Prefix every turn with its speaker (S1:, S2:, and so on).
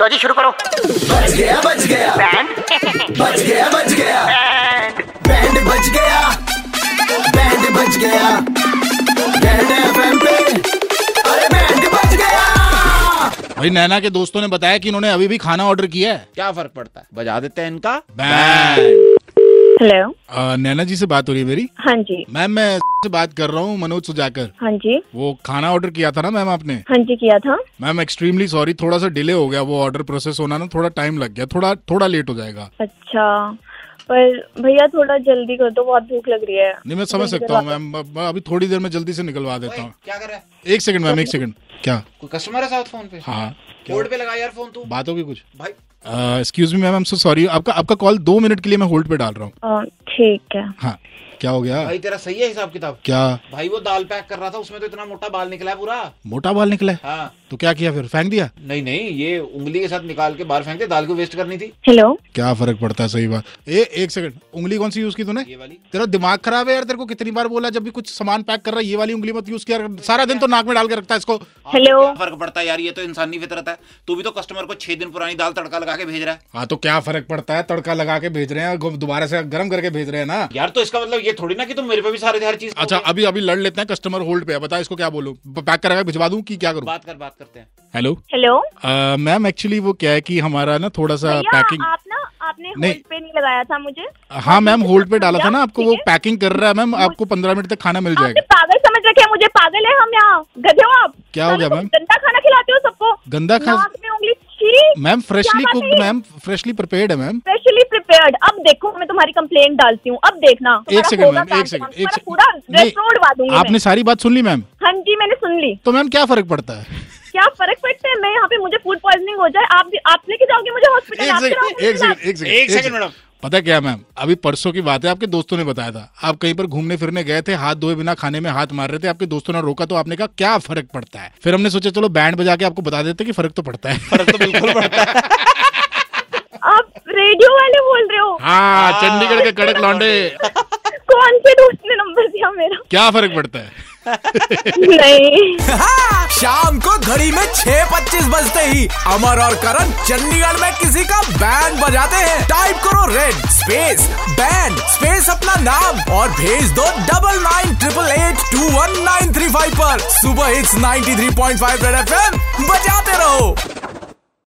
S1: लो जी शुरू करो
S2: बच गया बच गया
S1: बैंड
S2: बच गया बच गया
S1: बैंड
S2: बैंड बच गया बैंड बच गया बैंड एफएम पे अरे बैंड बच गया
S3: भाई नैना के दोस्तों ने बताया कि इन्होंने अभी भी खाना ऑर्डर किया है
S4: क्या फर्क पड़ता है बजा देते हैं इनका
S3: बैंड
S5: हेलो
S3: अ, नैना जी से बात हो रही है मेरी
S5: हाँ जी
S3: मैम मैं से बात कर रहा हूँ मनोज सुजाकर
S5: हाँ जी
S3: वो खाना ऑर्डर किया था ना मैम आपने
S5: हाँ जी किया था
S3: मैम एक्सट्रीमली सॉरी थोड़ा सा डिले हो गया वो ऑर्डर प्रोसेस होना ना थोड़ा टाइम लग गया थोड़ा थोड़ा लेट हो जाएगा
S5: अच्छा पर भैया थोड़ा जल्दी कर दो बहुत भूख लग रही है
S3: नहीं मैं समझ सकता हूँ मैम अब- अभी थोड़ी देर में जल्दी से निकलवा देता हूँ
S4: क्या कर रहा है
S3: एक सेकंड मैम एक सेकंड क्या
S4: कोई कस्टमर है साथ फोन पे
S3: हाँ
S4: बोर्ड पे लगा यार फोन तू
S3: बात होगी कुछ
S4: भाई
S3: excuse me ma'am I am so sorry आपका आपका कॉल दो मिनट के लिए मैं होल्ड पे डाल रहा हूँ
S5: अ, ठीक है
S3: हाँ क्या हो गया
S4: भाई तेरा सही है हिसाब किताब
S3: क्या
S4: भाई वो दाल पैक कर रहा था उसमें तो इतना मोटा बाल निकला है पूरा
S3: मोटा बाल निकला है
S4: हाँ
S3: तो क्या किया फिर फेंक दिया
S4: नहीं नहीं ये उंगली के साथ निकाल के बाहर फेंकते दाल को वेस्ट करनी थी
S5: हेलो
S3: क्या फर्क पड़ता है सही बात ए एक सेकंड उंगली कौन सी यूज की तूने
S4: ये वाली
S3: तेरा दिमाग खराब है यार तेरे को कितनी बार बोला जब भी कुछ सामान पैक कर रहा है ये वाली उंगली मत यूज किया कर। सारा दिन तो नाक में डाल के रखता है इसको
S5: हेलो
S4: क्या फर्क पड़ता है यार ये तो इंसानी फितरत है तू भी तो कस्टमर को छह दिन पुरानी दाल तड़का लगा के भेज रहा है
S3: हाँ तो क्या फर्क पड़ता है तड़का लगा के भेज रहे हैं गो- दोबारा से गर्म करके भेज रहे हैं ना
S4: यार तो इसका मतलब ये थोड़ी ना कि तुम मेरे पे भी सारे हर चीज
S3: अच्छा अभी अभी लड़ लेते हैं कस्टमर होल्ड पे है बता इसको क्या बोलूं पैक करा के भिजवा दूं कि क्या करूं
S4: बात कर बात करते हैं
S3: हेलो
S5: हेलो
S3: हाँ, मैम एक्चुअली वो क्या है कि हमारा ना थोड़ा सा
S5: भैया
S3: पैकिंग
S5: आप ना आपने
S3: नहीं।
S5: होल्ड पे नहीं लगाया था मुझे
S3: हाँ मैम होल्ड पे डाला था ना आपको वो
S5: ठीक है।
S3: पैकिंग कर रहा है मैम आपको पंद्रह मिनट तक खाना मिल
S5: आपने
S3: जाएगा
S5: पागल समझ रखे हैं मुझे पागल है हम यहाँ गधे हो आप
S3: क्या हो गया,
S5: तुम
S3: मैम?
S5: गंदा खाना खिलाते हो सबको
S3: गंदा खा-
S5: नाक में उंगली छी
S3: मैम फ्रेशली
S5: क्या बात
S3: कुक्ड
S5: है?
S3: मैम फ्रेशली प्रिपेयर्ड है मैम
S5: स्पेशली प्रिपेयर्ड अब देखो मैं तुम्हारी कंप्लेंट डालती हूँ अब देखना
S3: एक
S5: तुम्हारा
S3: सेकंड
S5: होगा
S3: मैम
S5: काम,
S3: एक सेकंड
S5: तुम्हारा
S3: एक
S5: पूरा रेस्टोर उड़वा
S3: सेकंड
S5: दूंगी
S3: आपने
S5: मैं
S3: सारी बात सुन ली मैम
S5: हाँ जी मैंने सुन ली
S3: तो मैम क्या फर्क पड़ता है
S5: क्या फर्क पड़ता है मैं यहाँ पे मुझे फूड पॉइजनिंग हो जाए आप भी आप लेके जाओगे मुझे हॉस्पिटल
S3: एक
S5: आप
S3: सेकंड
S5: कराओगे
S3: एक
S5: मुझे
S3: सेकंड एक सेकंड
S4: एक सेकंड मैडम।
S3: पता क्या है मैम अभी परसों की बात है आपके दोस्तों ने बताया था आप कहीं पर घूमने फिरने गए थे हाथ धोए बिना खाने में हाथ मार रहे थे आपके दोस्तों ने रोका तो आपने कहा क्या फर्क पड़ता है फिर हमने सोचा चलो बैंड बजा के आपको बता देते कि फर्क तो पड़ता है
S4: फर्क तो बिल्कुल पड़ता है
S5: आप रेडियो वाले बोल रहे हो
S3: हाँ चंडीगढ़ के कड़क लौंडे हाँ।
S5: कौन से दोस्त ने नंबर दिया मेरा
S3: क्या फर्क पड़ता है
S5: नहीं
S6: हाँ, शाम को घड़ी में छह पच्चीस बजते ही अमर और करण चंडीगढ़ में किसी का बैंड बजाते हैं टाइप करो रेड स्पेस बैंड स्पेस अपना नाम और भेज दो double nine triple eight two one nine three five पर सुबह hits 93.5 three point five red F बजाते रहो